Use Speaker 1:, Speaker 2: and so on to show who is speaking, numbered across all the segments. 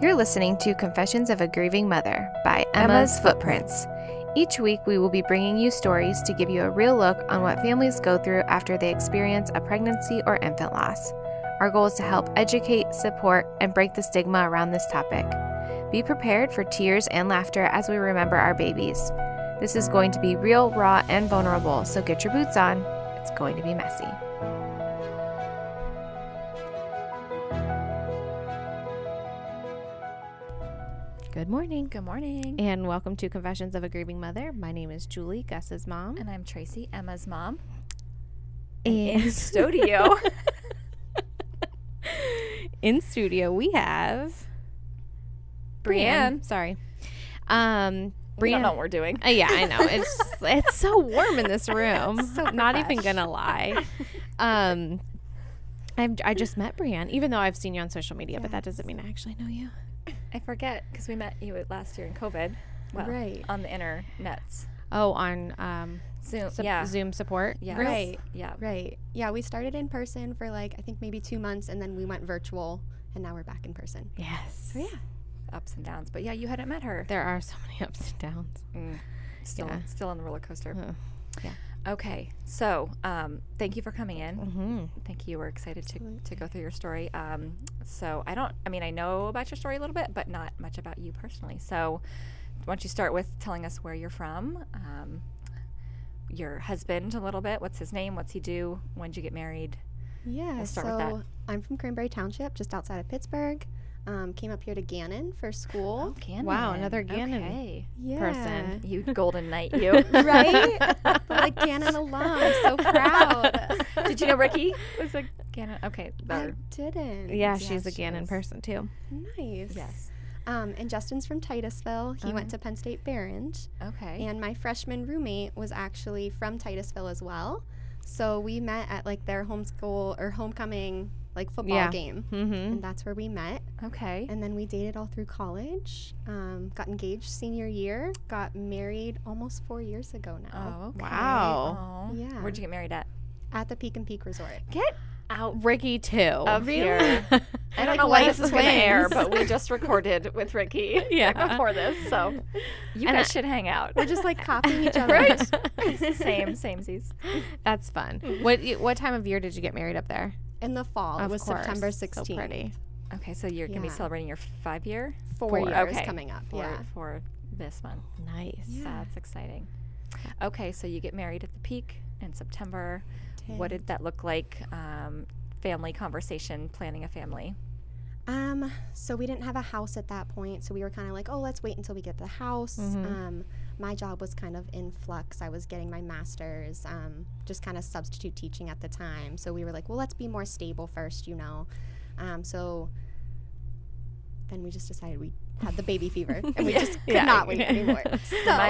Speaker 1: You're listening to Confessions of a Grieving Mother by Emma's Footprints. Each week, we will be bringing you stories to give you a real look on what families go through after they experience a pregnancy or infant loss. Our goal is to help educate, support, and break the stigma around this topic. Be prepared for tears and laughter as we remember our babies. This is going to be real, raw, and vulnerable, so get your boots on. It's going to be messy. Good morning.
Speaker 2: Good morning.
Speaker 1: And welcome to Confessions of a Grieving Mother. My name is Julie, Gus's mom.
Speaker 2: And I'm Tracy, Emma's mom.
Speaker 1: In
Speaker 2: studio.
Speaker 1: in studio, we have
Speaker 2: Brienne.
Speaker 1: Sorry. Um
Speaker 2: We don't
Speaker 1: Brienne.
Speaker 2: know what we're doing.
Speaker 1: Uh, yeah, I know. It's just- it's so warm in this room.
Speaker 2: So
Speaker 1: Not even
Speaker 2: fresh.
Speaker 1: gonna lie. Um I'm, I just met Brienne, even though I've seen you on social media, but that doesn't mean I actually know you.
Speaker 2: I forget because we met you at- last year in COVID. Well,
Speaker 1: Right.
Speaker 2: On the internets.
Speaker 1: Oh, on um,
Speaker 2: Zoom.
Speaker 1: sup-
Speaker 2: yeah.
Speaker 1: Zoom support.
Speaker 2: Yes.
Speaker 1: group?
Speaker 3: Right.
Speaker 2: Yeah.
Speaker 3: Right. Yeah, we started in person for like I think maybe two months, and then we went virtual, and now we're back in person.
Speaker 1: Yes.
Speaker 3: So yeah,
Speaker 2: Ups and downs. But yeah, you hadn't met her.
Speaker 1: There are so many ups and downs.
Speaker 2: Mm. Still,
Speaker 1: Yeah.
Speaker 2: still on the roller coaster.
Speaker 1: Uh, yeah.
Speaker 2: Okay. So, um, thank you for coming in.
Speaker 1: Mm-hmm.
Speaker 2: Thank you. We're excited to, to go through your story. Um, so, I don't, I mean, I know about your story a little bit, but not much about you personally. So, why don't you start with telling us where you're from, um, your husband a little bit? What's his name? What's he do? When did you get married?
Speaker 3: yeah.
Speaker 2: We'll start
Speaker 3: so
Speaker 2: with that.
Speaker 3: I'm from Cranberry Township, just outside of Pittsburgh. Um, came up here to Gannon for school.
Speaker 2: Gannon.
Speaker 1: Wow, another Gannon.
Speaker 2: Okay.
Speaker 3: Oh, Yeah.
Speaker 1: Person.
Speaker 2: You golden knight, you.
Speaker 3: Right? But like Gannon alum, I'm so proud.
Speaker 2: Did you know Ricky was a Gannon? Okay.
Speaker 3: I
Speaker 2: there.
Speaker 3: didn't.
Speaker 1: Yeah,
Speaker 2: Yeah,
Speaker 1: she's a
Speaker 2: she
Speaker 1: Gannon
Speaker 2: is.
Speaker 1: person too.
Speaker 3: Nice.
Speaker 2: Yes.
Speaker 3: Um, and Justin's from Titusville. He went to Penn State Barronge.
Speaker 2: Okay.
Speaker 3: And my freshman roommate was actually from Titusville as well. So we met at like their homeschool or homecoming like football
Speaker 1: Yeah.
Speaker 3: game.
Speaker 1: Mm-hmm.
Speaker 3: And that's where we met.
Speaker 2: Okay.
Speaker 3: And then we dated all through college, um, got engaged senior year, got married almost four years ago now
Speaker 2: Oh, okay.
Speaker 1: Wow.
Speaker 2: Oh.
Speaker 3: Yeah.
Speaker 2: Where'd you get married at?
Speaker 1: Oh.
Speaker 3: at the Peak and Peak Resort.
Speaker 2: Get out
Speaker 1: Ricky too.
Speaker 2: of here. I don't know why this is going to air, but we just recorded with Ricky
Speaker 1: Yeah.
Speaker 2: right before this, so you
Speaker 1: And
Speaker 2: guys should hang out.
Speaker 3: We're just like copying each other.
Speaker 2: Right? Same, samesies.
Speaker 1: That's fun. What y- what time of year did you get married up there?
Speaker 3: In the fall,
Speaker 1: Of
Speaker 3: it was
Speaker 1: course,
Speaker 3: September
Speaker 1: so
Speaker 3: 16th.
Speaker 1: pretty.
Speaker 2: Okay, so you're gonna be
Speaker 3: Yeah.
Speaker 2: celebrating your five year
Speaker 3: Four,
Speaker 1: Four,
Speaker 3: years
Speaker 2: okay.
Speaker 3: coming up.
Speaker 2: for
Speaker 3: yeah.
Speaker 2: for this month.
Speaker 1: Nice.
Speaker 2: So that's exciting. Okay, so you get married at the peak in September. What did that look like? Um, family conversation, planning a family.
Speaker 3: Um, so we didn't have a house at that point, so we were kind of like, oh, let's wait until we get the house.
Speaker 2: Mm-hmm.
Speaker 3: Um, my job was kind of in flux. I was getting my master's, um, just kind of substitute teaching at the time. So we were like, well, let's be more stable first, you know. Um, so then we just decided we had the baby fever and we just could
Speaker 1: Yeah.
Speaker 3: not wait anymore.
Speaker 2: Remind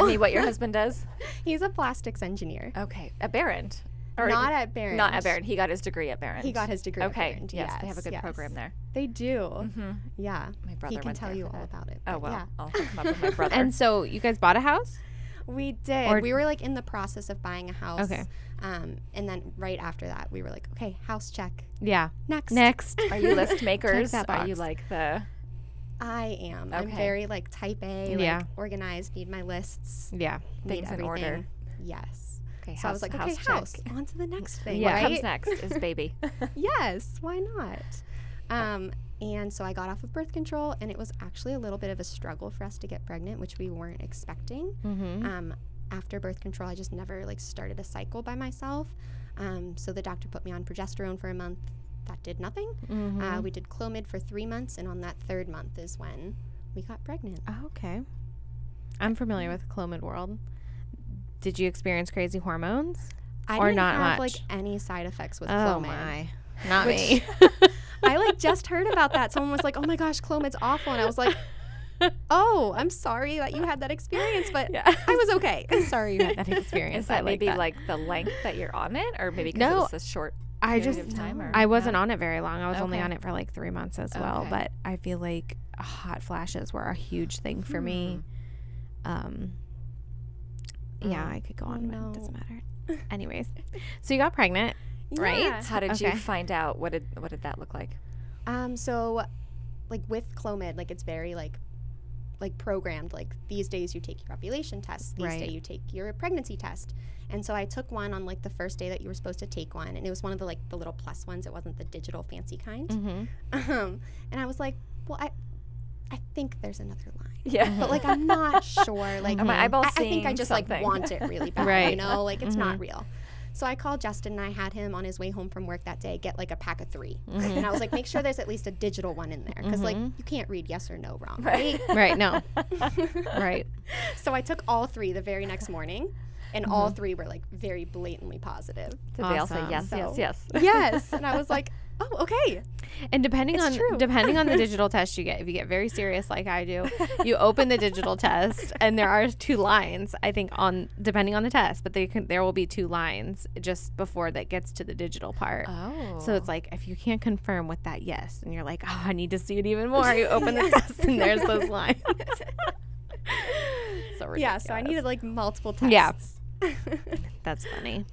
Speaker 2: me
Speaker 3: So
Speaker 2: what your husband does.
Speaker 3: he's a plastics engineer,
Speaker 2: Okay, at Barrand. Or
Speaker 3: not at Barron.
Speaker 2: Not at Barron. He got his degree at Barron.
Speaker 3: He got his degree. at
Speaker 2: Okay.
Speaker 3: Barron,
Speaker 2: Yes, they have a good
Speaker 3: yes.
Speaker 2: program there.
Speaker 3: They do.
Speaker 2: Mm-hmm.
Speaker 3: Yeah.
Speaker 2: My brother
Speaker 3: He can
Speaker 2: went
Speaker 3: tell
Speaker 2: there
Speaker 3: you
Speaker 2: for
Speaker 3: all
Speaker 2: that.
Speaker 3: about it.
Speaker 2: Oh
Speaker 3: but
Speaker 2: well,
Speaker 3: yeah.
Speaker 2: I'll come up with my brother.
Speaker 1: And so you guys bought a house?
Speaker 3: We did.
Speaker 1: Or-
Speaker 3: we were like in the process of buying a house.
Speaker 1: Okay.
Speaker 3: Um, and then right after that, we were like, okay, house check.
Speaker 1: Yeah.
Speaker 3: Next.
Speaker 1: Next.
Speaker 2: are you list makers?
Speaker 1: that
Speaker 2: Are you
Speaker 1: box.
Speaker 2: like the?
Speaker 3: I am. I'm
Speaker 2: Okay.
Speaker 3: very like type A, like
Speaker 1: Yeah.
Speaker 3: organized, need my lists,
Speaker 1: Yeah.
Speaker 3: need
Speaker 2: Things in
Speaker 3: everything.
Speaker 2: order.
Speaker 3: Yes.
Speaker 2: Okay,
Speaker 3: so I was like, okay,
Speaker 2: check.
Speaker 3: house, on to the next thing.
Speaker 1: Yeah.
Speaker 2: What comes
Speaker 3: Right?
Speaker 2: next is baby.
Speaker 3: yes. Why not? Um, and so I got off of birth control, and it was actually a little bit of a struggle for us to get pregnant, which we weren't expecting.
Speaker 1: Mm-hmm.
Speaker 3: um, after birth control i just never like started a cycle by myself um, so the doctor put me on progesterone for a month that did nothing
Speaker 1: Mm-hmm.
Speaker 3: uh, we did clomid for three months and on that third month is when we got pregnant
Speaker 1: okay. I'm familiar with Clomid World. Did you experience crazy hormones?
Speaker 3: i
Speaker 1: Or
Speaker 3: didn't
Speaker 1: not much.
Speaker 3: have like any side effects with
Speaker 1: Oh
Speaker 3: clomid
Speaker 1: my. Not
Speaker 3: Which-
Speaker 1: me.
Speaker 3: i like just heard about that someone was like oh my gosh clomid's awful and i was like oh i'm sorry that you had that experience but
Speaker 1: Yeah.
Speaker 3: i was okay
Speaker 1: I'm sorry you had that experience.
Speaker 2: Is that
Speaker 1: I like
Speaker 2: maybe
Speaker 1: that.
Speaker 2: like the length that you're on it, or maybe because
Speaker 1: No,
Speaker 2: it's a short
Speaker 1: I
Speaker 2: period
Speaker 1: just
Speaker 2: of time? Or
Speaker 1: I wasn't on it very long. I was only
Speaker 2: Okay.
Speaker 1: on it for like three months as well.
Speaker 2: Okay.
Speaker 1: But I feel like hot flashes were a huge thing for me. Um, yeah,
Speaker 2: Mm.
Speaker 1: I could go on, but it doesn't
Speaker 3: no.
Speaker 1: matter. Anyways, so you got pregnant, right?
Speaker 3: Yeah.
Speaker 2: How did
Speaker 1: Okay.
Speaker 2: you find out? What did what did that look like?
Speaker 3: Um, so like with Clomid, like it's very like like programmed like these days you take your ovulation test these
Speaker 1: Right.
Speaker 3: day you take your pregnancy test and so i took one on like the first day that you were supposed to take one and it was one of the like the little plus ones it wasn't the digital fancy kind
Speaker 1: Mm-hmm.
Speaker 3: um, and i was like well i i think there's another line
Speaker 2: Yeah.
Speaker 3: but like i'm not sure like
Speaker 2: Are my eyeballs
Speaker 3: I, I think I
Speaker 2: seeing
Speaker 3: just like
Speaker 2: something?
Speaker 3: want it really bad. You
Speaker 1: Right.
Speaker 3: know, like it's not real. So I called Justin and I had him on his way home from work that day get like a pack of 3 And I was like, make sure there's at least a digital one in there because like you can't read yes or no wrong, right?
Speaker 1: Right. No. right.
Speaker 3: so I took all three the very next morning and all three were like very blatantly positive.
Speaker 2: Did they all say
Speaker 1: Awesome.
Speaker 2: yes,
Speaker 3: So-
Speaker 2: yes, yes?
Speaker 3: Yes. And I was like, oh, okay.
Speaker 1: And depending
Speaker 3: It's
Speaker 1: on
Speaker 3: true.
Speaker 1: depending on the digital test you get, if you get very serious like I do, you open the digital test and there are two lines. I think on depending on the test, but they can, there will be two lines just before that gets to the digital part.
Speaker 2: Oh.
Speaker 1: So it's like if you can't confirm with that yes, and you're like, oh, I need to see it even more. You open the test and there's those lines. so ridiculous.
Speaker 3: Yeah. So I needed like multiple tests.
Speaker 1: Yeah. That's funny.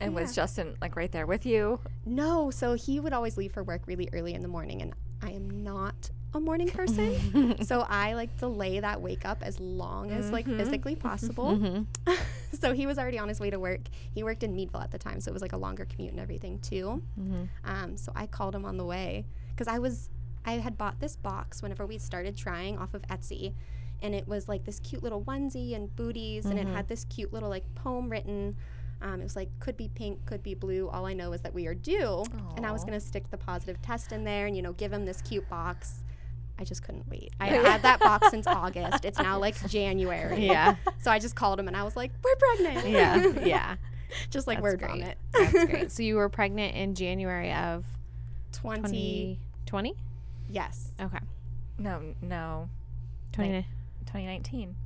Speaker 2: and was Justin like right there with you?
Speaker 3: No, so he would always leave for work really early in the morning, and I am not a morning person. so I like delay that wake up as long as like physically possible. so he was already on his way to work. He worked in Meadville at the time, so it was like a longer commute and everything too. Um, so I called him on the way because I was I had bought this box whenever we started trying off of Etsy. And it was like this cute little onesie and booties, and it had this cute little like poem written. Um, it was like could be pink, could be blue. All I know is that we are due, and I was
Speaker 2: Aw.
Speaker 3: gonna stick the positive test in there, and you know, give him this cute box. I just couldn't wait. I had that box since August. It's now like January,
Speaker 1: Yeah.
Speaker 3: so I just called him and I was like, "We're pregnant."
Speaker 1: Yeah. Yeah.
Speaker 3: just like
Speaker 1: That's
Speaker 3: word
Speaker 1: great.
Speaker 3: vomit.
Speaker 1: That's great. So you were pregnant in January of
Speaker 3: 20,
Speaker 1: 2020?
Speaker 3: Yes.
Speaker 1: Okay.
Speaker 2: No, n- no.
Speaker 1: 20,
Speaker 2: 2019.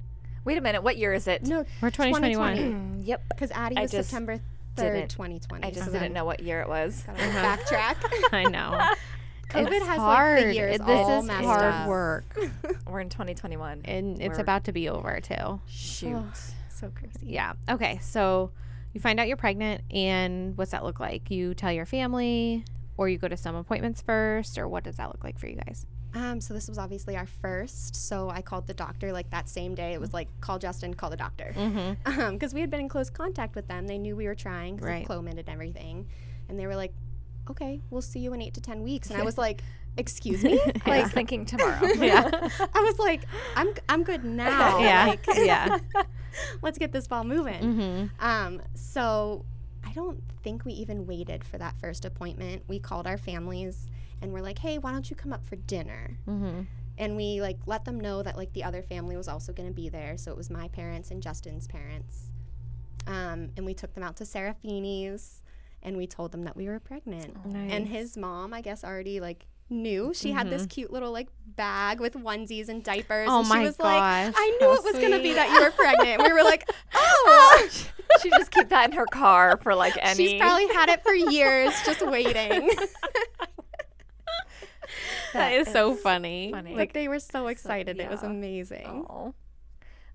Speaker 2: Wait a minute. What year is it?
Speaker 3: No,
Speaker 1: or 2021.
Speaker 3: 2020.
Speaker 2: Yep.
Speaker 3: because Addie
Speaker 2: I
Speaker 3: was
Speaker 2: just
Speaker 3: September third,
Speaker 2: didn't-
Speaker 3: twenty twenty.
Speaker 2: I just didn't Uh-huh. know what year it was.
Speaker 3: Gotta backtrack.
Speaker 1: I know.
Speaker 3: COVID
Speaker 1: It's
Speaker 3: has
Speaker 1: hard.
Speaker 3: like the years
Speaker 1: It- this
Speaker 3: all
Speaker 1: is
Speaker 3: messed
Speaker 1: hard
Speaker 3: up.
Speaker 1: work,
Speaker 2: We're in 2021.
Speaker 1: and it's
Speaker 2: We're-
Speaker 1: about to be over too.
Speaker 2: Shoot.
Speaker 3: Oh. So crazy.
Speaker 1: Yeah. Okay. So you find out you're pregnant, and what's that look like? You tell your family, or you go to some appointments first, or what does that look like for you guys?
Speaker 3: Um, so this was obviously our first. So I called the doctor like that same day. It was like call Justin, call the doctor, because
Speaker 2: Mm-hmm.
Speaker 3: we had been in close contact with them. They knew we were trying, 'cause
Speaker 1: Right.
Speaker 3: of Clomid and everything, and they were like, "Okay, we'll see you in eight to ten weeks." And I was like, "Excuse me."
Speaker 2: I
Speaker 3: Like
Speaker 2: was thinking tomorrow.
Speaker 1: Yeah.
Speaker 3: I was like, "I'm I'm good now."
Speaker 1: yeah.
Speaker 3: Oh, Like,
Speaker 1: yeah.
Speaker 3: let's get this ball moving.
Speaker 1: Mm-hmm.
Speaker 3: Um, so I don't think we even waited for that first appointment. We called our families and we're like, hey, why don't you come up for dinner?
Speaker 1: Mm-hmm.
Speaker 3: And we like let them know that like the other family was also going to be there. So it was my parents and Justin's parents. Um, and we took them out to Serafini's and we told them that we were pregnant. And his mom, I guess, already like knew she had this cute little like bag with onesies and diapers.
Speaker 1: Mm-hmm. Oh
Speaker 3: and she
Speaker 1: my
Speaker 3: was
Speaker 1: gosh,
Speaker 3: like, I knew
Speaker 1: how
Speaker 3: it was going to be
Speaker 1: sweet.
Speaker 3: that you were pregnant. we were like, oh,
Speaker 2: she just keep that in her car for like any.
Speaker 3: She's probably had it for years, just waiting.
Speaker 1: that is so funny.
Speaker 2: funny.
Speaker 3: like they were so excited; it was
Speaker 2: yeah.
Speaker 1: Oh.
Speaker 3: amazing.
Speaker 2: Aw.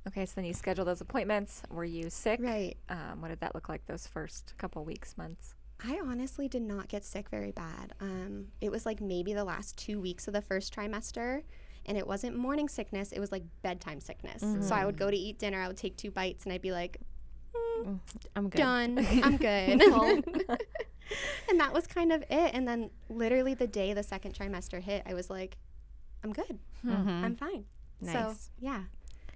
Speaker 2: Okay, so then you schedule those appointments. Were you sick?
Speaker 3: Right.
Speaker 2: Um, what did that look like those first couple weeks, months?
Speaker 3: I honestly did not get sick very bad. Um, it was like maybe the last two weeks of the first trimester, and it wasn't morning sickness; it was like bedtime sickness. So I would
Speaker 1: Mm-hmm.
Speaker 3: go to eat dinner, I would take two bites, and I'd be like,
Speaker 1: I'm good.
Speaker 3: "Done, I'm good." and that was kind of it. And then, literally, the day the second trimester hit, I was like, "I'm good, I'm fine." So
Speaker 1: Hmm. Nice.
Speaker 3: yeah,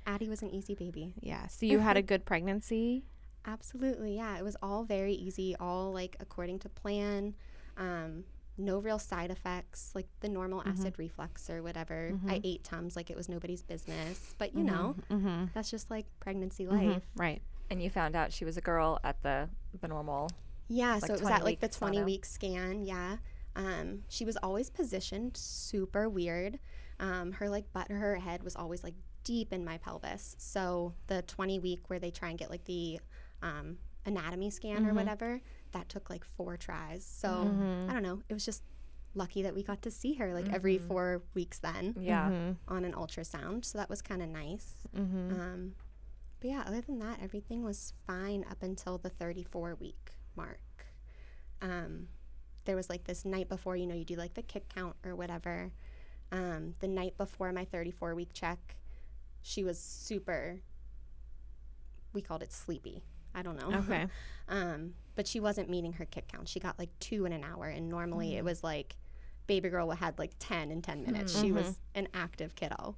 Speaker 3: Addie was an easy baby.
Speaker 1: Yeah. So you had a good pregnancy.
Speaker 3: Absolutely, yeah. It was all very easy, all like according to plan. Um, no real side effects, like the normal
Speaker 1: Mm-hmm.
Speaker 3: acid reflux or whatever. I ate Tums like it was nobody's business, but you know,
Speaker 1: Mm-hmm.
Speaker 3: that's just like pregnancy life.
Speaker 1: Right.
Speaker 2: And you found out she was a girl at the the normal.
Speaker 3: Yeah, so it was
Speaker 2: 20
Speaker 3: at like the
Speaker 2: weeks, not
Speaker 3: 20
Speaker 2: now.
Speaker 3: week scan. Yeah. Um, she was always positioned super weird. Um, her like butt, her head was always like deep in my pelvis. So the 20 week where they try and get like the um, anatomy scan or whatever, that took like four tries. So I don't know. It was just lucky that we got to see her like every four weeks then
Speaker 2: Yeah.
Speaker 3: on an ultrasound. So that was kind of nice.
Speaker 1: Mm-hmm.
Speaker 3: Um, but yeah, other than that, everything was fine up until the 34 week mark. Um, there was like this night before, you know, you do like the kick count or whatever. Um, the night before my 34 week check, she was super, we called it sleepy. I don't know.
Speaker 1: Okay.
Speaker 3: um, but she wasn't meeting her kick count. She got like two in an hour. And normally
Speaker 2: Hmm.
Speaker 3: it was like baby girl had like 10 in 10 minutes.
Speaker 2: Hmm.
Speaker 3: She was
Speaker 2: Mm-hmm.
Speaker 3: an active kiddo.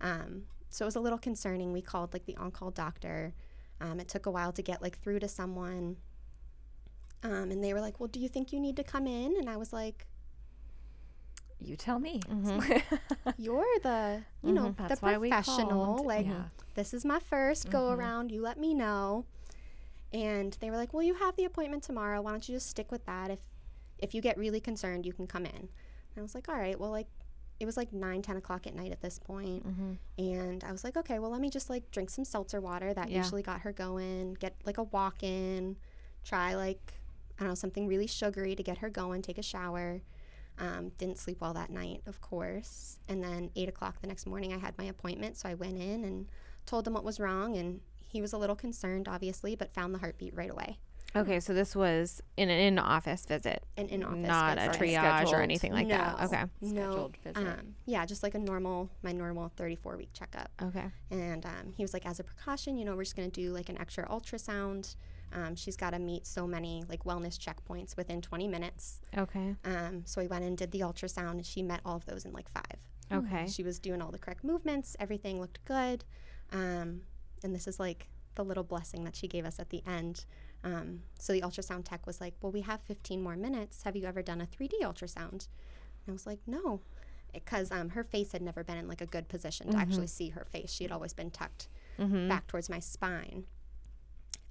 Speaker 3: Um, so it was a little concerning. We called like the on call doctor. Um, it took a while to get like through to someone. Um, and they were like, Well, do you think you need to come in? And I was like, Mm-hmm.
Speaker 2: You tell me.
Speaker 1: Mm-hmm.
Speaker 3: You're the, you know, Mm-hmm. the
Speaker 2: Mm-hmm. That's why we
Speaker 3: professional.
Speaker 2: called.
Speaker 3: Like,
Speaker 2: Yeah. Mm-hmm.
Speaker 3: this is my 1st go around. You let me know. And they were like, Well, you have the appointment tomorrow. Why don't you just stick with that? If if you get really concerned, you can come in. And I was like, All right, well, like, it was like 9, 10 o'clock at night at this point.
Speaker 1: Mm-hmm.
Speaker 3: And I was like, okay, well, let me just like drink some seltzer water. That
Speaker 2: Yeah.
Speaker 3: usually got her going. Get like a walk in, try like, I don't know, something really sugary to get her going, take a shower. Um, didn't sleep well that night, of course. And then eight o'clock the next morning, I had my appointment. So I went in and told him what was wrong. And he was a little concerned, obviously, but found the heartbeat right away.
Speaker 1: Okay, so this was in an in-office visit,
Speaker 3: An in office.
Speaker 1: not a triage or
Speaker 2: Scheduled.
Speaker 1: anything like that. Okay.
Speaker 3: No.
Speaker 2: Scheduled visit.
Speaker 3: Um, yeah, just like a normal, my normal 34 week checkup.
Speaker 1: Okay.
Speaker 3: And um, he was like, as a precaution, you know, we're just going to do like an extra ultrasound. Um, she's got to meet so many like wellness checkpoints within 20 minutes.
Speaker 1: Okay.
Speaker 3: Um, so we went and did the ultrasound, and she met all of those in like five.
Speaker 1: Okay.
Speaker 3: She was doing all the correct movements, everything looked good. Um, and this is like the little blessing that she gave us at the end. Um, so the ultrasound tech was like, Well, we have 15 more minutes. Have you ever done a 3D ultrasound? And I was like, No. Because um, her face had never been in like a good position to actually see her face. She had always been tucked
Speaker 2: Mm.
Speaker 3: back towards my spine.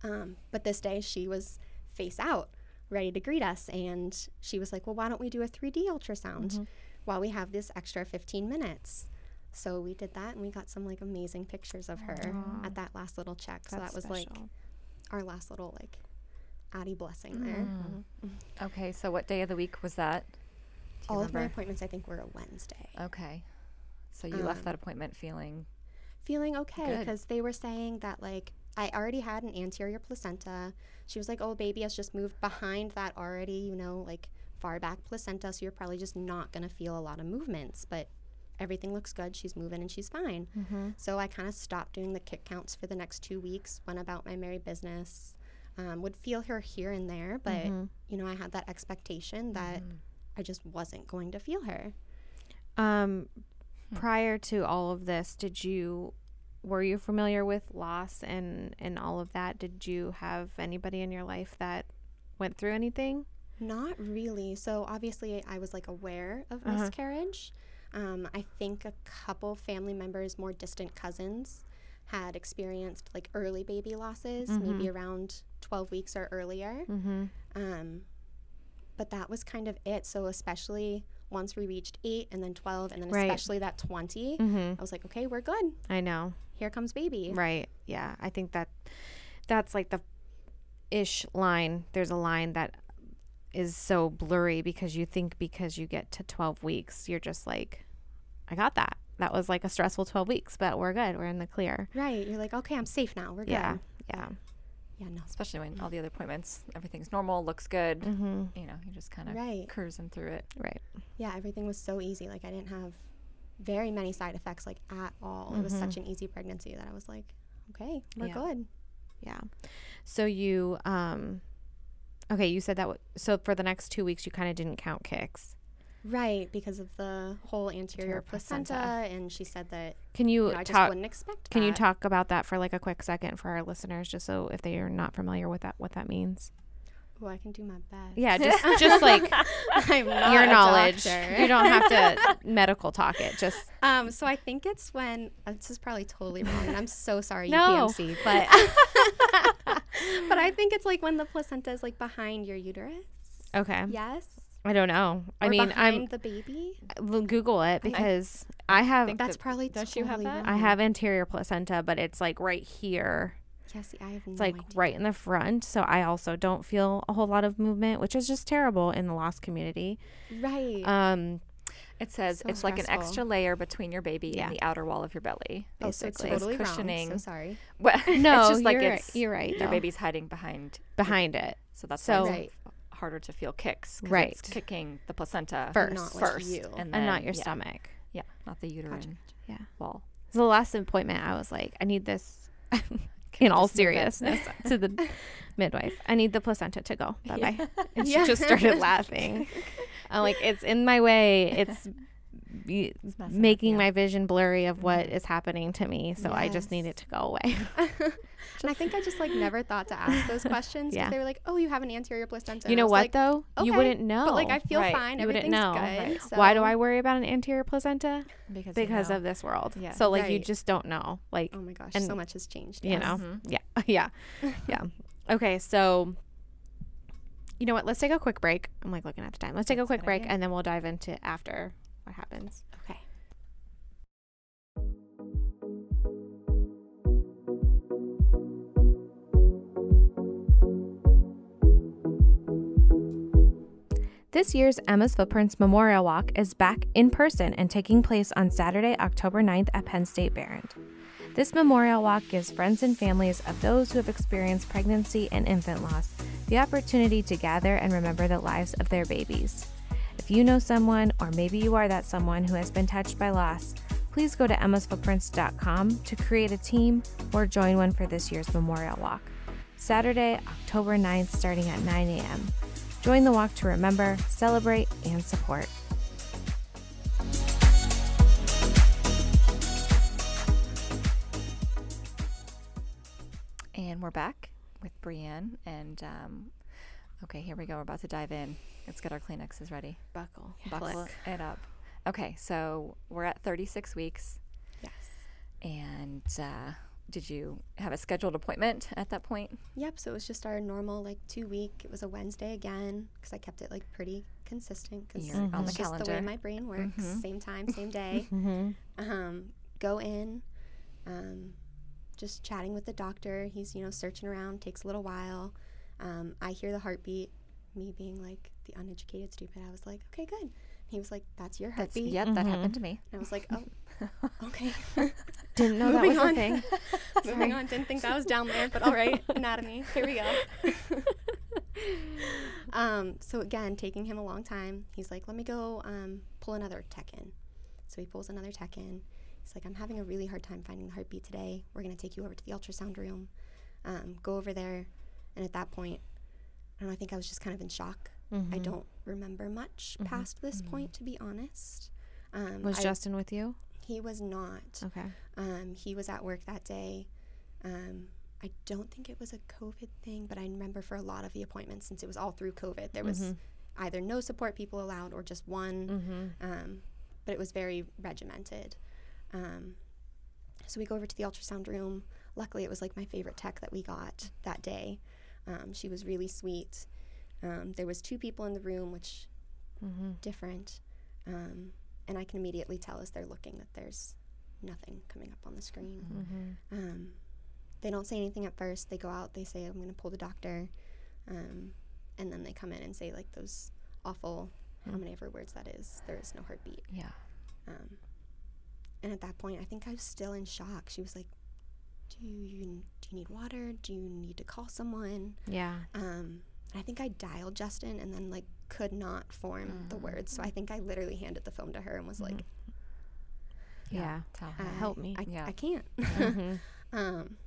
Speaker 3: Um, but this day she was face out, ready to greet us. And she was like, Well, why don't we do a 3D ultrasound
Speaker 2: Mm-hmm.
Speaker 3: while we have this extra 15 minutes? So we did that and we got some like amazing pictures of her at that last little check. So that was like our last little like Addie blessing there.
Speaker 2: Mm. Okay, so what day of the week was that? Do you
Speaker 3: All of my
Speaker 2: remember?
Speaker 3: appointments, I think, were a Wednesday.
Speaker 2: Okay. So you
Speaker 1: Um,
Speaker 2: left that appointment feeling
Speaker 3: feeling okay
Speaker 2: Good.
Speaker 3: because they were saying that like I already had an anterior placenta. She was like, "Oh, baby has just moved behind that already, you know, like far back placenta, so you're probably just not gonna feel a lot of movements." But everything looks good. She's moving and she's fine. So I kind of stopped doing the kick counts for the next two weeks. Went about my merry business. Um, would feel her here and there, but you know, I had that expectation that I just wasn't going to feel her.
Speaker 1: Um,
Speaker 3: Hmm.
Speaker 1: prior to all of this, did you were you familiar with loss and and all of that? Did you have anybody in your life that went through anything?
Speaker 3: Not really. So obviously, I was like aware of
Speaker 1: Uh-huh.
Speaker 3: miscarriage. Um, I think a couple family members, more distant cousins, had experienced like early baby losses, maybe around 12 weeks or earlier.
Speaker 1: Mm-hmm.
Speaker 3: Um, but that was kind of it. So especially once we reached eight and then 12, and then
Speaker 1: Right.
Speaker 3: especially that 20,
Speaker 1: Mm-hmm.
Speaker 3: I was like, okay, we're good.
Speaker 1: I know.
Speaker 3: Here comes baby.
Speaker 1: Right. Yeah. I think that that's like the ish line. There's a line that is so blurry because you think because you get to 12 weeks, you're just like, I got that. That was like a stressful 12 weeks, but we're good. We're in the clear.
Speaker 3: Right. You're like, okay, I'm safe now. We're good.
Speaker 1: Yeah. Yeah.
Speaker 3: Yeah, no.
Speaker 2: especially when all the other appointments, everything's normal, looks good.
Speaker 1: Mm.
Speaker 3: Mm-hmm.
Speaker 2: You know, you're just kind of
Speaker 3: Right.
Speaker 2: cruising through it.
Speaker 1: Right.
Speaker 3: yeah, everything was so easy. Like I didn't have very many side effects like at all. It was such an easy pregnancy that I was like, okay, we're
Speaker 1: Yeah.
Speaker 3: good.
Speaker 1: Yeah. So you, um, okay, you said that. W- so for the next two weeks, you kind of didn't count kicks.
Speaker 3: Right, because of the whole anterior
Speaker 1: Anterior
Speaker 3: placenta,
Speaker 1: placenta.
Speaker 3: and she said that
Speaker 1: Can you
Speaker 3: you know, I just
Speaker 1: talk?
Speaker 3: wouldn't expect.
Speaker 1: Can you
Speaker 3: that.
Speaker 1: talk about that for like a quick second for our listeners, just so if they are not familiar with that, what that means?
Speaker 3: Oh, I can do my best.
Speaker 1: Yeah, just just like
Speaker 3: I'm not
Speaker 1: your
Speaker 3: a
Speaker 1: knowledge.
Speaker 3: doctor.
Speaker 1: You don't have to medical talk it. Just
Speaker 3: Um, so I think it's when uh, this is probably totally wrong, and I'm so sorry,
Speaker 1: No.
Speaker 3: UPMC, but but I think it's like when the placenta is like behind your uterus.
Speaker 1: okay.
Speaker 3: Yes.
Speaker 1: I don't know. Um, I
Speaker 3: Or
Speaker 1: mean, I'm uh,
Speaker 3: behind the baby.
Speaker 1: l- Google it because I have
Speaker 2: think
Speaker 3: That's
Speaker 2: that-
Speaker 3: probably
Speaker 2: don't you have
Speaker 3: totally
Speaker 2: that?
Speaker 3: wrong.
Speaker 1: I have anterior placenta, but it's like right here.
Speaker 3: Yes, see, I have
Speaker 1: It's like right in the front, so I also don't feel a whole lot of movement, which is just terrible in the lost community.
Speaker 3: right.
Speaker 1: Um,
Speaker 2: It says
Speaker 3: So
Speaker 2: it's like an
Speaker 3: stressful.
Speaker 2: extra layer between your baby
Speaker 1: Yeah.
Speaker 2: and the outer wall of your belly.
Speaker 3: oh, so
Speaker 1: basically.
Speaker 3: totally wrong. So
Speaker 2: cushioning.
Speaker 3: sorry.
Speaker 2: Well,
Speaker 1: no,
Speaker 2: it's just like
Speaker 1: you're,
Speaker 2: it's
Speaker 1: you're right.
Speaker 2: your
Speaker 1: though.
Speaker 2: baby's hiding behind,
Speaker 1: behind it.
Speaker 2: so that's
Speaker 1: So-
Speaker 2: why
Speaker 3: Right.
Speaker 2: it's harder to feel kicks. 'cause
Speaker 1: Right.
Speaker 2: it's kicking the placenta
Speaker 1: First.
Speaker 3: Not with
Speaker 2: first,
Speaker 3: you.
Speaker 2: and, then,
Speaker 1: and not your
Speaker 2: yeah.
Speaker 1: stomach.
Speaker 2: Yeah, not the uterine
Speaker 1: Yeah.
Speaker 2: wall.
Speaker 1: So the last appointment, I was like, I need this. in all seriousness, to the midwife, I need the placenta to go. Bye bye. And she
Speaker 3: Yeah.
Speaker 1: just started laughing. I'm like, it's in my way. It's be-
Speaker 2: messing up,
Speaker 1: making
Speaker 2: yeah.
Speaker 1: my vision blurry of what is happening to me. So I just need
Speaker 3: Mm-hmm. Yes.
Speaker 1: it to go away.
Speaker 3: and I think I just like never thought to ask those questions. 'cause
Speaker 1: Yeah.
Speaker 3: They were like, "Oh, you have an anterior placenta."
Speaker 1: you
Speaker 3: And I
Speaker 1: know
Speaker 3: was
Speaker 1: what
Speaker 3: like,
Speaker 1: though? You
Speaker 3: "Okay,
Speaker 1: wouldn't know.
Speaker 3: But like, I feel
Speaker 2: Right.
Speaker 3: fine.
Speaker 1: you wouldn't
Speaker 3: Everything's
Speaker 1: know.
Speaker 3: good. So.
Speaker 1: Why do I worry about an anterior placenta?
Speaker 2: Because,
Speaker 1: Because of this world.
Speaker 2: Yeah.
Speaker 1: So like you
Speaker 3: Right.
Speaker 1: just don't know. Like
Speaker 3: Oh my gosh,
Speaker 1: and-
Speaker 3: so much has changed.
Speaker 1: you
Speaker 3: yes.
Speaker 1: know yeah yeah yeah okay so you know what let's take a quick break i'm like looking at the time let's take a quick
Speaker 2: good
Speaker 1: break
Speaker 2: idea.
Speaker 1: and then we'll dive into after what happens
Speaker 3: Okay.
Speaker 4: This year's Emma's Footprints Memorial Walk is back in person and taking place on Saturday, October 9th at Penn State Barron. This memorial walk gives friends and families of those who have experienced pregnancy and infant loss the opportunity to gather and remember the lives of their babies. If you know someone, or maybe you are that someone who has been touched by loss, please go to emmasfootprints.com to create a team or join one for this year's memorial walk. Saturday, October 9th, starting at 9 a.m. Join the walk to remember, celebrate, and support.
Speaker 2: And we're back with Brienne. And um, okay, here we go. We're about to dive in. Let's get our Kleenexes ready.
Speaker 1: buckle
Speaker 2: Buckle it up. Okay, so we're at 36 weeks.
Speaker 3: Yes.
Speaker 2: And uh, did you have a scheduled appointment at that point?
Speaker 3: Yep. So it was just our normal like two week. It was a Wednesday again because I kept it like pretty consistent because
Speaker 2: You're on the
Speaker 3: that's just the way
Speaker 2: calendar. Mm-hmm.
Speaker 3: my brain works. Same time, same day. um, go in. Um, just chatting with the doctor. He's you know searching around. Takes a little while. Um, I hear the heartbeat. Me being like the uneducated stupid, I was like, okay, good. He was like, that's your
Speaker 2: That's,
Speaker 3: heartbeat.
Speaker 2: yep, that happened to me.
Speaker 3: And I was like, oh, okay.
Speaker 1: didn't know that
Speaker 3: Moving
Speaker 1: was a
Speaker 3: on.
Speaker 1: thing
Speaker 3: Moving on. Didn't think that was down there, but all right, anatomy. Here we go. um, so again, taking him a long time. He's like, let me go um, pull another tech in. So he pulls another tech in. He's like, I'm having a really hard time finding the heartbeat today. We're gonna take you over to the ultrasound room. Um, go over there, and at that point, I don't know. I think I was just kind of in shock.
Speaker 1: Mm-hmm.
Speaker 3: I don't remember much past this point, to be honest. Um,
Speaker 1: was
Speaker 3: I-
Speaker 1: justin with you
Speaker 3: he was not.
Speaker 1: okay
Speaker 3: Um, he was at work that day. Um, I don't think it was a COVID thing, but I remember for a lot of the appointments, since it was all through COVID, there was either no support people allowed or just one. Um, but it was very regimented. Um, so we go over to the ultrasound room. Luckily, it was like my favorite tech that we got that day. Um, she was really sweet. Um, there was two people in the room, which different, um, and I can immediately tell as they're looking that there's nothing coming up on the screen.
Speaker 1: Mm-hmm.
Speaker 3: Um, they don't say anything at first. They go out. They say, "I'm going to pull the doctor," um, and then they come in and say like those awful,
Speaker 1: Hmm.
Speaker 3: how many ever words that is. There is no heartbeat.
Speaker 2: Yeah.
Speaker 3: Um, and at that point, I think I was still in shock. She was like, "Do you do you need water? Do you need to call someone?"
Speaker 1: yeah
Speaker 3: Um, I think I dialed Justin and then like could not form
Speaker 1: Mm.
Speaker 3: the words. So I think I literally handed the phone to her and was like,
Speaker 1: yeah
Speaker 2: Tell
Speaker 3: I,
Speaker 2: her.
Speaker 1: Mm-hmm. Help me.
Speaker 3: I,
Speaker 2: Yeah.
Speaker 3: I can't. um,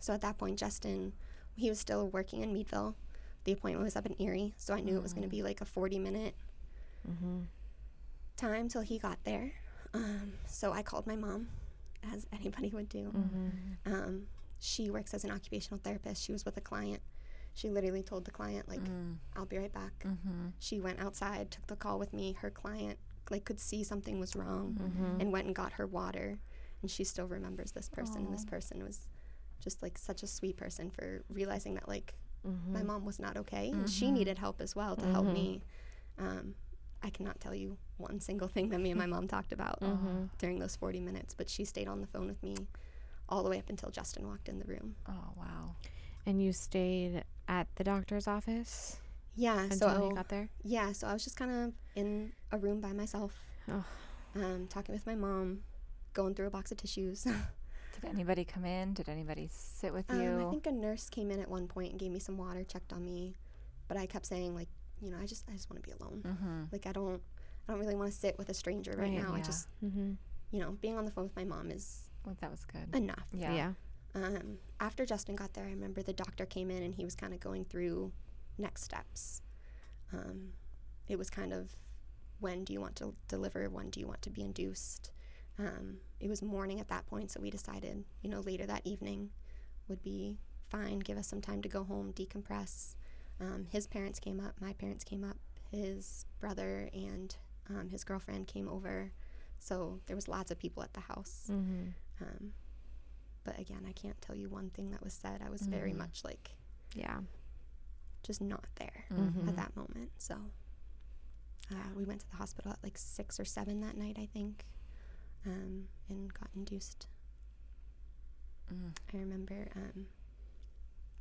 Speaker 3: so at that point, Justin, he was still working in Meadville. The appointment was up in Erie, so I knew it was going to be like a 40 minute time till he got there. Um, so I called my mom, as anybody would do. Um, she works as an occupational therapist. She was with a client. She literally told the client, like, I'll be right back. She went outside, took the call with me. Her client, like, could see something was wrong and went and got her water. And she still remembers this person. And this person was just, like, such a sweet person for realizing that, like, my
Speaker 1: Mm-hmm.
Speaker 3: mom was not okay. And she needed help as well to help me.
Speaker 1: Mm-hmm.
Speaker 3: Um, I cannot tell you one single thing that me and my mom talked about
Speaker 1: Mm-hmm.
Speaker 3: during those 40 minutes, but she stayed on the phone with me all the way up until Justin walked in the room.
Speaker 2: Oh, wow.
Speaker 1: and you stayed at the doctor's office
Speaker 3: Yeah,
Speaker 1: until
Speaker 3: so
Speaker 1: you got there
Speaker 3: yeah, so I was just kind of in a room by myself,
Speaker 1: Ugh.
Speaker 3: um, talking with my mom, going through a box of tissues.
Speaker 2: Did anybody come in? Did anybody sit with you?
Speaker 3: um, I think a nurse came in at one point and gave me some
Speaker 2: Mm-hmm.
Speaker 3: water, checked on me, but I kept saying like, you know, I just I just want to be alone. Like I don't I don't really want to sit with a stranger right,
Speaker 2: Hmm. Right,
Speaker 3: now. I
Speaker 2: yeah.
Speaker 3: just,
Speaker 1: Mm-hmm.
Speaker 3: you know, being on the phone with my mom is
Speaker 2: Well, that was good.
Speaker 3: enough.
Speaker 2: Yeah.
Speaker 3: Um, after Justin got there, I remember the doctor came in and he was kind of going through next steps. Um, it was kind of when do you want to deliver, when do you want to be induced. Um, it was morning at that point, so we decided, you know, later that evening would be fine, give us some time to go home, decompress. Um, his parents came up, my parents came up, his brother and um, his girlfriend came over. So there was lots of people at the house.
Speaker 1: Mm-hmm.
Speaker 3: Um, but again, I can't tell you one thing that was said. I was very much like
Speaker 1: Yeah.
Speaker 3: just not there
Speaker 1: Mhm.
Speaker 3: at that moment. So uh, we went to the hospital at like six or seven that night, I think, um, and got induced.
Speaker 2: Mm.
Speaker 3: I remember um,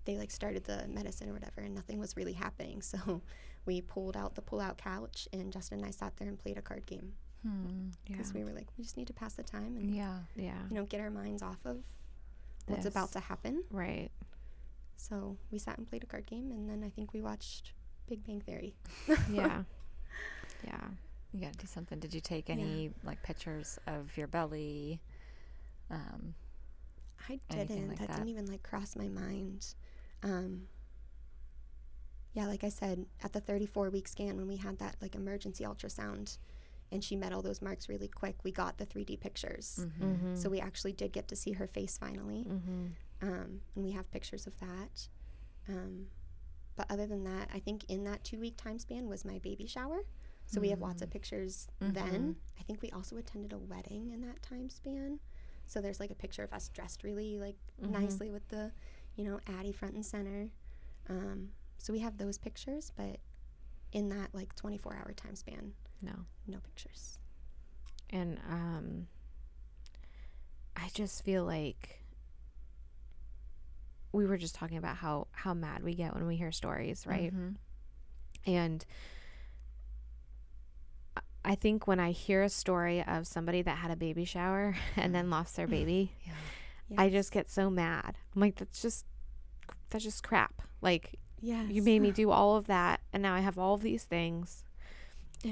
Speaker 3: they like started the medicine or whatever, and nothing was really happening. So we pulled out the pull-out couch, and Justin and I sat there and played a card game
Speaker 2: Hmm.
Speaker 1: Yeah.
Speaker 3: because we were like, we just need to pass the time and
Speaker 2: Yeah.
Speaker 1: Yeah.
Speaker 3: you know get our minds off of what's
Speaker 1: This.
Speaker 3: about to happen.
Speaker 1: Right.
Speaker 3: So we sat and played a card game, and then I think we watched Big Bang Theory.
Speaker 1: Yeah. yeah.
Speaker 2: You got to do something. Did you take
Speaker 3: Yeah.
Speaker 2: any like pictures of your belly? Um,
Speaker 3: I
Speaker 2: Anything
Speaker 3: didn't.
Speaker 2: like
Speaker 3: that,
Speaker 2: that.
Speaker 3: didn't even like cross my mind. Um, yeah, like I said, at the 34 week scan when we had that like emergency ultrasound, and she met all those marks really quick. We got the 3D pictures,
Speaker 1: Mm-hmm.
Speaker 3: so we actually did get to see her face finally,
Speaker 1: Mm-hmm.
Speaker 3: um, and we have pictures of that. Um, but other than that, I think in that two week time span was my baby shower. So we have lots
Speaker 1: Mm.
Speaker 3: of pictures
Speaker 1: Mm-hmm.
Speaker 3: then. I think we also attended a wedding in that time span. So there's like a picture of us dressed really like
Speaker 1: Mm-hmm.
Speaker 3: nicely with the, you know, Addie front and center. Um, so we have those pictures, but in that like 24 hour time span,
Speaker 1: No.
Speaker 3: no pictures.
Speaker 1: and um i just feel like we were just talking about how how mad we get when we hear stories right
Speaker 3: Mm-hmm.
Speaker 1: and I- i think when i hear a story of somebody that had a baby shower and
Speaker 3: Mm.
Speaker 1: then lost their baby i just get so mad i'm like that's just that's just crap like
Speaker 3: yeah.
Speaker 1: you made me do all of that and now i have all of these things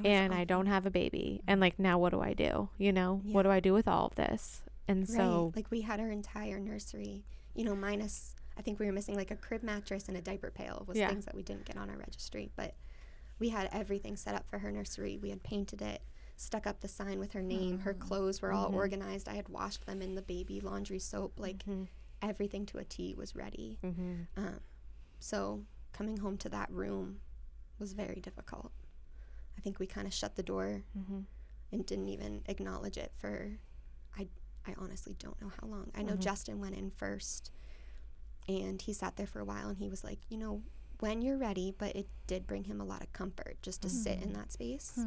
Speaker 1: and I don't have a baby. And like now what do I do? You know, what do I do with all of this? And so
Speaker 3: right. like we had our entire nursery, you know, minus I think we were missing like a crib mattress and a diaper pail was
Speaker 1: Yeah.
Speaker 3: things that we didn't get on our registry, but we had everything set up for her nursery. We had painted it, stuck up the sign with her name. Her
Speaker 1: Oh,
Speaker 3: clothes were
Speaker 1: mm-hmm.
Speaker 3: all organized. I had washed them in the baby laundry soap. Like
Speaker 1: Mm-hmm.
Speaker 3: everything to a T was ready. Um, so coming home to that room was very difficult. I think we kind of shut the door
Speaker 1: Mm-hmm.
Speaker 3: and didn't even acknowledge it for I I honestly don't know how long. I
Speaker 1: Mm-hmm.
Speaker 3: know Justin went in first and he sat there for a while and he was like, you know, when you're ready, but it did bring him a lot of comfort just to sit
Speaker 1: Mm-hmm.
Speaker 3: in that space.
Speaker 1: Hmm.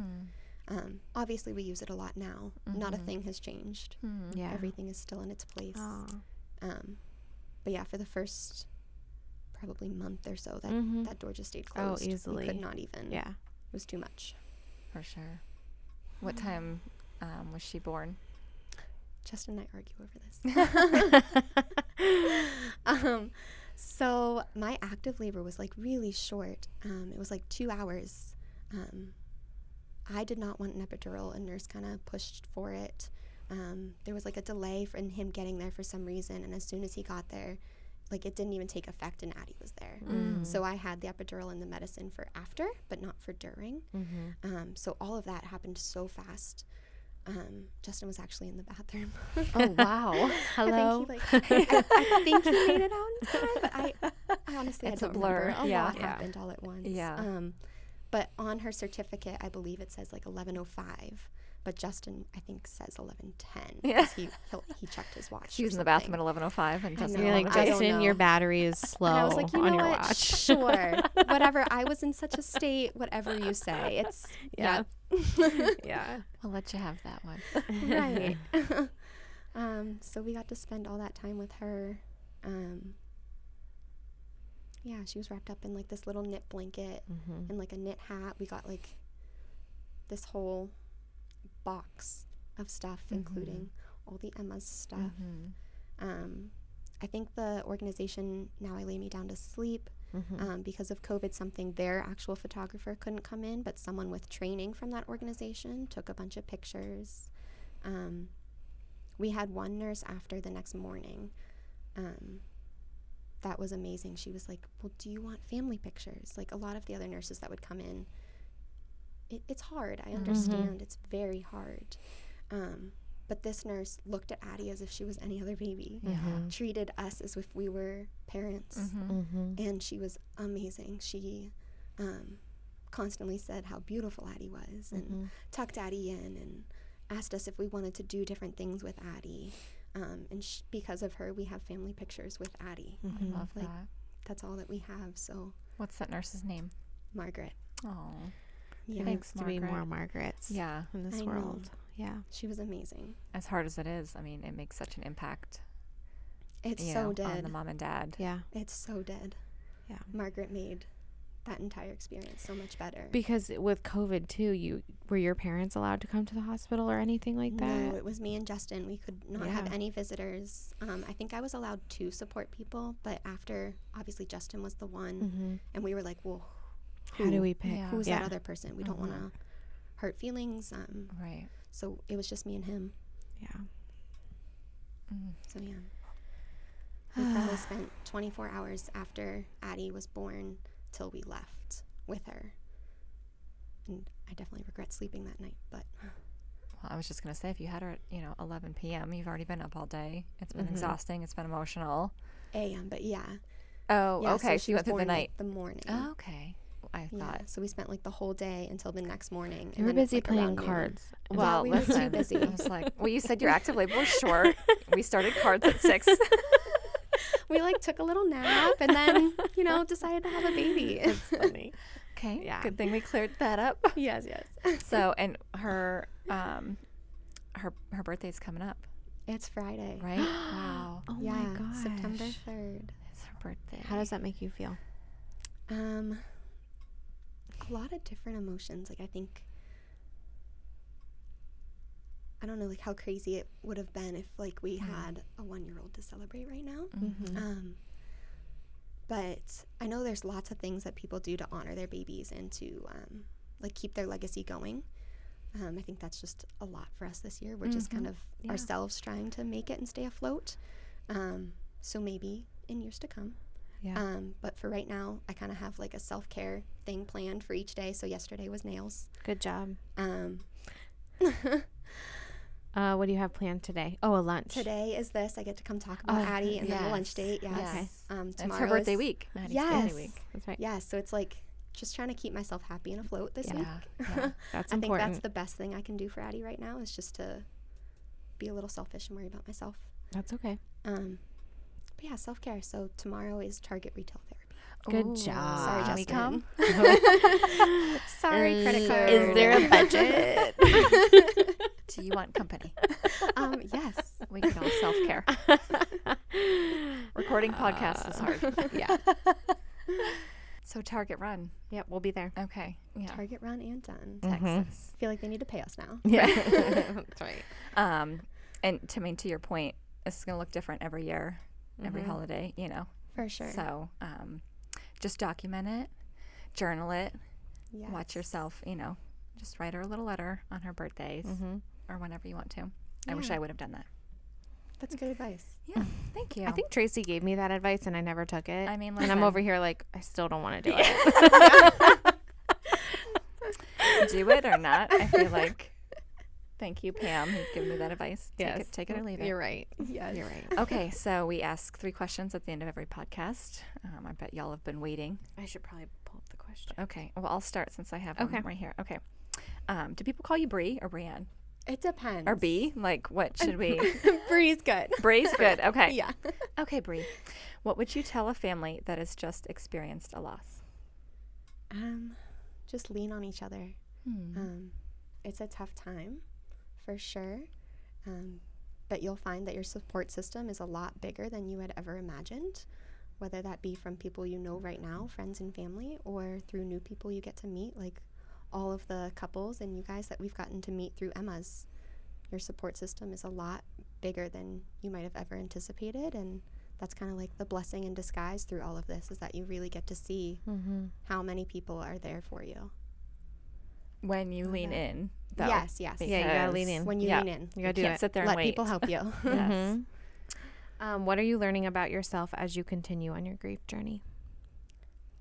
Speaker 2: Hmm,
Speaker 3: Um, obviously, we use it a lot now. Not a thing has changed.
Speaker 1: Mm-hmm.
Speaker 2: hmm,
Speaker 1: yeah.
Speaker 3: Everything is still in its place.
Speaker 1: Aw.
Speaker 3: Um, but yeah, for the first probably month or so, that
Speaker 1: Mhm.
Speaker 3: that door just stayed
Speaker 1: Oh,
Speaker 3: closed. we
Speaker 1: easily.
Speaker 3: could not even.
Speaker 1: yeah.
Speaker 3: it was too much.
Speaker 2: For sure. What time um, was she born?
Speaker 3: Justin and I argue over this. um, so my active labor was like really short. Um, it was like two hours. Um, I did not want an epidural, and nurse kind of pushed for it. Um, there was like a delay for- in him getting there for some reason, and as soon as he got there, like it didn't even take effect, and Addie was there.
Speaker 2: Mm.
Speaker 3: So I had the epidural and the medicine for after, but not for during.
Speaker 2: Mm-hmm.
Speaker 3: Um, so all of that happened so fast. Um, Justin was actually in the bathroom.
Speaker 1: Oh wow. Hello.
Speaker 3: I think he like I, I think he made it out in time, but I, I honestly
Speaker 2: It's
Speaker 3: I
Speaker 2: a
Speaker 3: don't
Speaker 2: blur.
Speaker 3: Remember. A
Speaker 2: Yeah.
Speaker 3: lot
Speaker 1: Yeah.
Speaker 3: happened all at once.
Speaker 2: Yeah.
Speaker 3: Um, but on her certificate, I believe it says like 11:05, but Justin I think says 11:10
Speaker 2: Yeah.
Speaker 3: because he he'll, he checked his watch.
Speaker 2: She
Speaker 3: or
Speaker 2: was in the bathroom at
Speaker 3: something.
Speaker 2: 11:05, and Justin
Speaker 1: You're
Speaker 3: No,
Speaker 1: like
Speaker 3: I don't
Speaker 1: Justin, your
Speaker 3: know.
Speaker 1: battery is slow
Speaker 3: And I was like, you
Speaker 1: on
Speaker 3: know
Speaker 1: your
Speaker 3: what?
Speaker 1: watch.
Speaker 3: Sure, whatever. I was in such a state. Whatever you say, it's
Speaker 1: Yeah.
Speaker 3: yeah.
Speaker 1: yeah.
Speaker 2: I'll let you have that one.
Speaker 3: right. um, so we got to spend all that time with her. Um, yeah, she was wrapped up in like this little knit blanket
Speaker 1: Mm-hmm.
Speaker 3: and like a knit hat. We got like this whole box of stuff,
Speaker 1: Mm-hmm.
Speaker 3: including all the Emma's stuff. Um, I think the organization Now I Lay Me Down to Sleep um, because of COVID, something their actual photographer couldn't come in, but someone with training from that organization took a bunch of pictures. Um, we had one nurse after the next morning. Um, that was amazing. She was like, Well, do you want family pictures? Like a lot of the other nurses that would come in, it, it's hard. I understand. It's very hard. Um, but this nurse looked at Addie as if she was any other baby,
Speaker 2: Mm-hmm.
Speaker 3: treated us as if we were parents
Speaker 1: Mm-hmm.
Speaker 3: and she was amazing. She um, constantly said how beautiful Addie was and
Speaker 1: Mm-hmm.
Speaker 3: tucked Addie in and asked us if we wanted to do different things with Addie. Um, and sh- because of her, we have family pictures with Addie.
Speaker 1: Mm-hmm.
Speaker 2: I love
Speaker 3: Like-
Speaker 2: that.
Speaker 3: That's all that we have. So,
Speaker 2: What's that nurse's name?
Speaker 3: Margaret.
Speaker 2: Oh,
Speaker 3: Yeah.
Speaker 1: Thanks to be
Speaker 2: Margaret.
Speaker 1: more Margarets
Speaker 2: yeah.
Speaker 1: in this
Speaker 3: I know.
Speaker 1: world. Yeah.
Speaker 3: She was amazing.
Speaker 2: As hard as it is, I mean, it makes such an impact.
Speaker 3: It's
Speaker 2: You
Speaker 3: so
Speaker 2: know, on
Speaker 3: dead.
Speaker 2: the mom and dad.
Speaker 1: Yeah.
Speaker 3: it's so dead.
Speaker 1: um, Yeah.
Speaker 3: Margaret made that entire experience so much better.
Speaker 1: Because with COVID too, you were your parents allowed to come to the hospital or anything like that?
Speaker 3: No, it was me and Justin. We could not
Speaker 1: Yeah.
Speaker 3: have any visitors. Um, I think I was allowed to support people, but after, obviously, Justin was the one,
Speaker 1: Mm-hmm.
Speaker 3: and we were like, well,
Speaker 1: How do we pick?
Speaker 2: Yeah. Mm-hmm.
Speaker 3: who's
Speaker 1: Yeah.
Speaker 3: that other person? We don't want to hurt feelings. Um,
Speaker 2: Right.
Speaker 3: so it was just me and him.
Speaker 1: Yeah.
Speaker 3: So yeah. We probably spent 24 hours after Addie was born till we left with her. And I definitely regret sleeping that night, but
Speaker 2: Well, I was just gonna say, if you had her at you know 11 p.m., you've already been up all day. It's been exhausting. It's been emotional.
Speaker 3: AM, but yeah.
Speaker 2: Oh,
Speaker 3: yeah
Speaker 2: okay.
Speaker 3: so
Speaker 2: she went
Speaker 3: was
Speaker 2: through the
Speaker 3: born, like,
Speaker 2: night.
Speaker 3: the morning.
Speaker 2: Oh, okay. I
Speaker 3: Yeah,
Speaker 2: thought.
Speaker 3: so we spent like the whole day until the next morning.
Speaker 1: You were
Speaker 3: then it's,
Speaker 1: busy
Speaker 3: like,
Speaker 1: playing
Speaker 3: around noon.
Speaker 1: cards.
Speaker 3: Yeah,
Speaker 2: Well,
Speaker 3: we were too
Speaker 2: listen,
Speaker 3: busy.
Speaker 2: I was like, well, you said your active label was short. we started cards at six.
Speaker 3: We like took a little nap and then, you know, decided to have a baby.
Speaker 1: Funny.
Speaker 2: okay.
Speaker 1: Yeah.
Speaker 2: Good thing we cleared that up.
Speaker 3: yes, yes.
Speaker 2: So, and her, um, her her birthday's coming up,
Speaker 3: It's Friday.
Speaker 2: right? wow.
Speaker 1: Oh
Speaker 3: yeah,
Speaker 1: my gosh.
Speaker 3: September 3rd.
Speaker 2: It's her birthday.
Speaker 1: How does that make you feel?
Speaker 3: Um a lot of different emotions. Like I think I don't know like how crazy it would have been if like
Speaker 1: Mm.
Speaker 3: we had a 1-year-old to celebrate right now.
Speaker 1: Mm-hmm.
Speaker 2: Mm-hmm.
Speaker 3: Um but I know there's lots of things that people do to honor their babies and to um, like keep their legacy going. Um, I think that's just a lot for us this year. We're just
Speaker 2: Mm-hmm.
Speaker 3: kind of ourselves trying to make it and stay afloat. Um, so maybe in years to come.
Speaker 1: Yeah.
Speaker 3: Um, but for right now, I kind of have like a self care thing planned for each day. So yesterday was nails.
Speaker 1: Good job.
Speaker 3: Um,
Speaker 1: Uh, what do you have planned today? Oh, a lunch.
Speaker 3: today is this. I get to come talk about
Speaker 1: Oh,
Speaker 3: Addie and then the lunch
Speaker 2: yes.
Speaker 3: date. Yes.
Speaker 2: Yes.
Speaker 3: Um,
Speaker 2: It's
Speaker 3: tomorrow
Speaker 2: her birthday
Speaker 3: is-
Speaker 2: week. Maddie's
Speaker 3: Yes.
Speaker 2: birthday week.
Speaker 1: That's right.
Speaker 3: Yeah. So it's like just trying to keep myself happy and afloat this week.
Speaker 2: Yeah. yeah.
Speaker 1: That's
Speaker 3: I
Speaker 1: important.
Speaker 3: think that's the best thing I can do for Addie right now is just to be a little selfish and worry about myself.
Speaker 1: That's okay.
Speaker 3: Um, but yeah, self care. So tomorrow is Target retail therapy.
Speaker 1: Good
Speaker 2: Ooh.
Speaker 1: job.
Speaker 3: Sorry,
Speaker 2: Can
Speaker 3: Justin.
Speaker 2: we come?
Speaker 3: Sorry, credit card.
Speaker 1: Is there a budget?
Speaker 2: Do you want company?
Speaker 3: um, yes.
Speaker 2: We can all self care. Recording podcasts is hard.
Speaker 1: yeah.
Speaker 2: So Target Run.
Speaker 1: Yep. We'll be there.
Speaker 2: Okay. Yeah.
Speaker 3: Target run and done.
Speaker 2: Texas.
Speaker 3: feel like they need to pay us now.
Speaker 1: Yeah. that's right.
Speaker 2: Um, and to I mean to your point, this is gonna look different every year, every holiday. You know.
Speaker 3: For sure.
Speaker 2: So um, just document it, journal it,
Speaker 3: yeah.
Speaker 2: watch yourself. You know, just write her a little letter on her birthdays or whenever you want to. I wish I would have done that.
Speaker 3: That's good advice.
Speaker 2: Yeah. Thank you.
Speaker 1: I think Tracy gave me that advice and I never took it.
Speaker 2: I mean,
Speaker 1: and I'm
Speaker 2: listen.
Speaker 1: over here like, I still don't want to do it.
Speaker 2: do it or not. I feel like. Thank you, Pam, who's given me that advice. Take it, take it or leave it.
Speaker 1: You're right.
Speaker 3: Yes.
Speaker 1: You're right.
Speaker 2: Okay, so we ask three questions at the end of every podcast. Um, I bet y'all have been waiting.
Speaker 1: I should probably pull up the question.
Speaker 2: Okay, well, I'll start since I have them
Speaker 1: Okay.
Speaker 2: right here. Okay. Um, do people call you Bree or Brienne?
Speaker 3: It depends.
Speaker 2: Or B? Like, what should we?
Speaker 3: Bree's good.
Speaker 2: Bree's good. Okay.
Speaker 3: Yeah.
Speaker 2: Okay, Bree. What would you tell a family that has just experienced a loss?
Speaker 3: Um, just lean on each other. Um, it's a tough time, for sure. Um, but you'll find that your support system is a lot bigger than you had ever imagined, whether that be from people you know right now, friends and family, or through new people you get to meet, like all of the couples and you guys that we've gotten to meet through Emma's. Your support system is a lot bigger than you might have ever anticipated, and that's kind of like the blessing in disguise through all of this is that you really get to see
Speaker 1: Mm-hmm.
Speaker 3: how many people are there for you.
Speaker 2: when you lean
Speaker 3: that.
Speaker 2: in. Though,
Speaker 3: Yes, yes.
Speaker 2: Because
Speaker 1: Yeah, you gotta lean in.
Speaker 3: When you
Speaker 2: yeah.
Speaker 3: lean in,
Speaker 1: You gotta do
Speaker 2: can't
Speaker 1: it.
Speaker 2: sit there and
Speaker 3: let
Speaker 2: wait.
Speaker 3: people help you.
Speaker 2: Yes.
Speaker 1: Mhm. Um, what are you learning about yourself as you continue on your grief journey?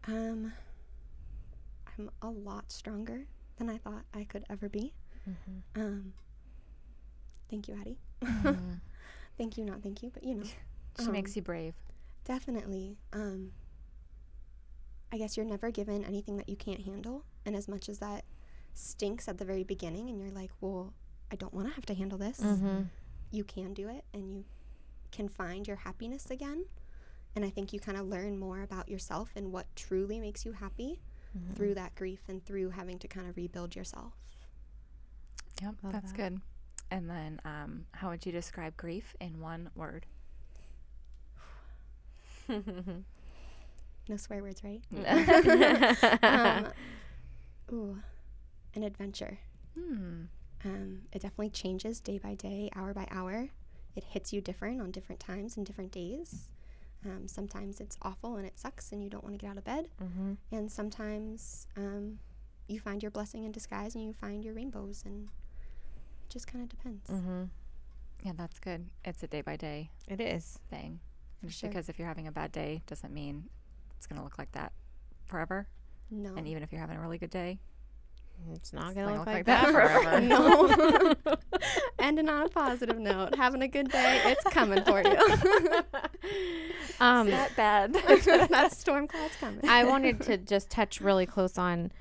Speaker 3: Um, I'm a lot stronger than I thought I could ever be.
Speaker 2: Mm-hmm.
Speaker 3: Um, thank you, Addie. thank you, not thank you, but you know,
Speaker 2: She
Speaker 3: Um,
Speaker 2: makes you brave.
Speaker 3: definitely. Um, I guess you're never given anything that you can't handle, and as much as that stinks at the very beginning, and you're like, well, I don't want to have to handle this.
Speaker 1: Mm-hmm.
Speaker 3: You can do it, and you can find your happiness again. And I think you kind of learn more about yourself and what truly makes you happy
Speaker 1: Mm-hmm.
Speaker 3: through that grief and through having to kind of rebuild yourself.
Speaker 2: Yep, that's good. And then, um, how would you describe grief in one word?
Speaker 3: No swear words, right?
Speaker 1: Mhm.
Speaker 3: um, ooh, an adventure.
Speaker 2: Hmm.
Speaker 3: Um, it definitely changes day by day, hour by hour. It hits you different on different times and different days. Um, sometimes it's awful and it sucks and you don't want to get out of bed.
Speaker 1: Mhm.
Speaker 3: And sometimes um, you find your blessing in disguise and you find your rainbows, and it just kind of depends.
Speaker 1: Mhm.
Speaker 2: Yeah, that's good. It's a day by day
Speaker 1: It is.
Speaker 2: thing. And just
Speaker 3: sure.
Speaker 2: because if you're having a bad day doesn't mean it's going to look like that forever.
Speaker 3: No.
Speaker 2: And even if you're having a really good day,
Speaker 1: It's not
Speaker 2: it's not
Speaker 1: gonna
Speaker 2: going
Speaker 1: look
Speaker 2: to
Speaker 1: like that forever.
Speaker 3: no. Ending on a positive note, having a good day, it's coming for you.
Speaker 1: um,
Speaker 2: that bad.
Speaker 3: that storm cloud's coming.
Speaker 1: I wanted to just touch really close on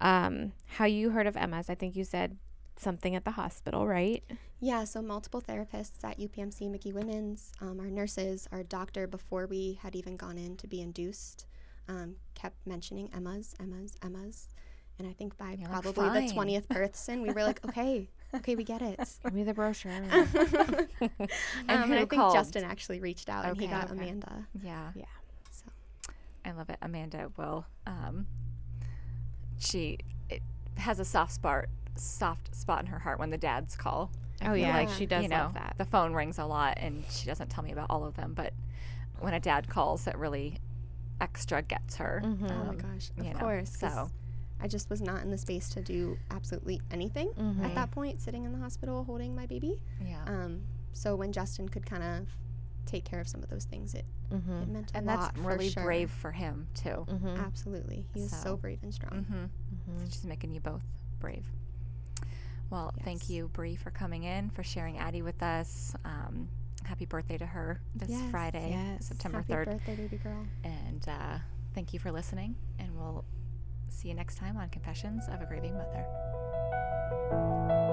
Speaker 1: um, how you heard of Emma's. I think you said something at the hospital, right?
Speaker 3: Yeah, so multiple therapists at UPMC McGee Women's, um, our nurses, our doctor, before we had even gone in to be induced, um, kept mentioning Emma's, Emma's, Emma's. And I think by
Speaker 2: You're like,
Speaker 3: probably the
Speaker 2: "Fine."
Speaker 3: 20th person, we were like, okay, okay, we get it.
Speaker 1: Give me the brochure.
Speaker 3: Um,
Speaker 2: And
Speaker 3: and
Speaker 2: who
Speaker 3: I think
Speaker 2: called?
Speaker 3: Justin actually reached out and he
Speaker 2: Okay,
Speaker 3: got
Speaker 2: okay.
Speaker 3: Amanda.
Speaker 2: yeah.
Speaker 1: Yeah.
Speaker 3: So.
Speaker 2: I love it. Amanda will. Um, she it has a soft spot, soft spot in her heart when the dads call.
Speaker 1: oh yeah, like
Speaker 3: Yeah.
Speaker 1: she does
Speaker 2: you know,
Speaker 1: love that.
Speaker 2: the phone rings a lot, and she doesn't tell me about all of them. But when a dad calls, it really extra gets her.
Speaker 1: Mhm.
Speaker 3: Oh my
Speaker 2: Um,
Speaker 3: gosh,
Speaker 2: you
Speaker 3: of
Speaker 2: know,
Speaker 3: course. 'cause
Speaker 2: so.
Speaker 3: I just was not in the space to do absolutely anything
Speaker 1: Mhm.
Speaker 3: at that point, sitting in the hospital holding my baby.
Speaker 2: Yeah.
Speaker 3: Um, so when Justin could kind of take care of some of those things, it,
Speaker 1: Mhm.
Speaker 3: it meant a
Speaker 2: and
Speaker 3: lot.
Speaker 2: that's
Speaker 3: for
Speaker 2: really
Speaker 3: sure.
Speaker 2: brave for him too.
Speaker 1: Mhm.
Speaker 3: Absolutely, he was so,
Speaker 2: So-
Speaker 3: brave and strong.
Speaker 2: Mm-hmm. So she's making you both brave. Well, thank
Speaker 3: Yes.
Speaker 2: you, Bree, for coming in, for sharing Addie with us. Um, happy birthday to her this
Speaker 3: Yes,
Speaker 2: Friday,
Speaker 1: yes.
Speaker 2: September
Speaker 3: Happy
Speaker 2: 3rd.
Speaker 3: birthday, baby girl.
Speaker 2: And uh, thank you for listening, and we'll see you next time on Confessions of a Grieving Mother.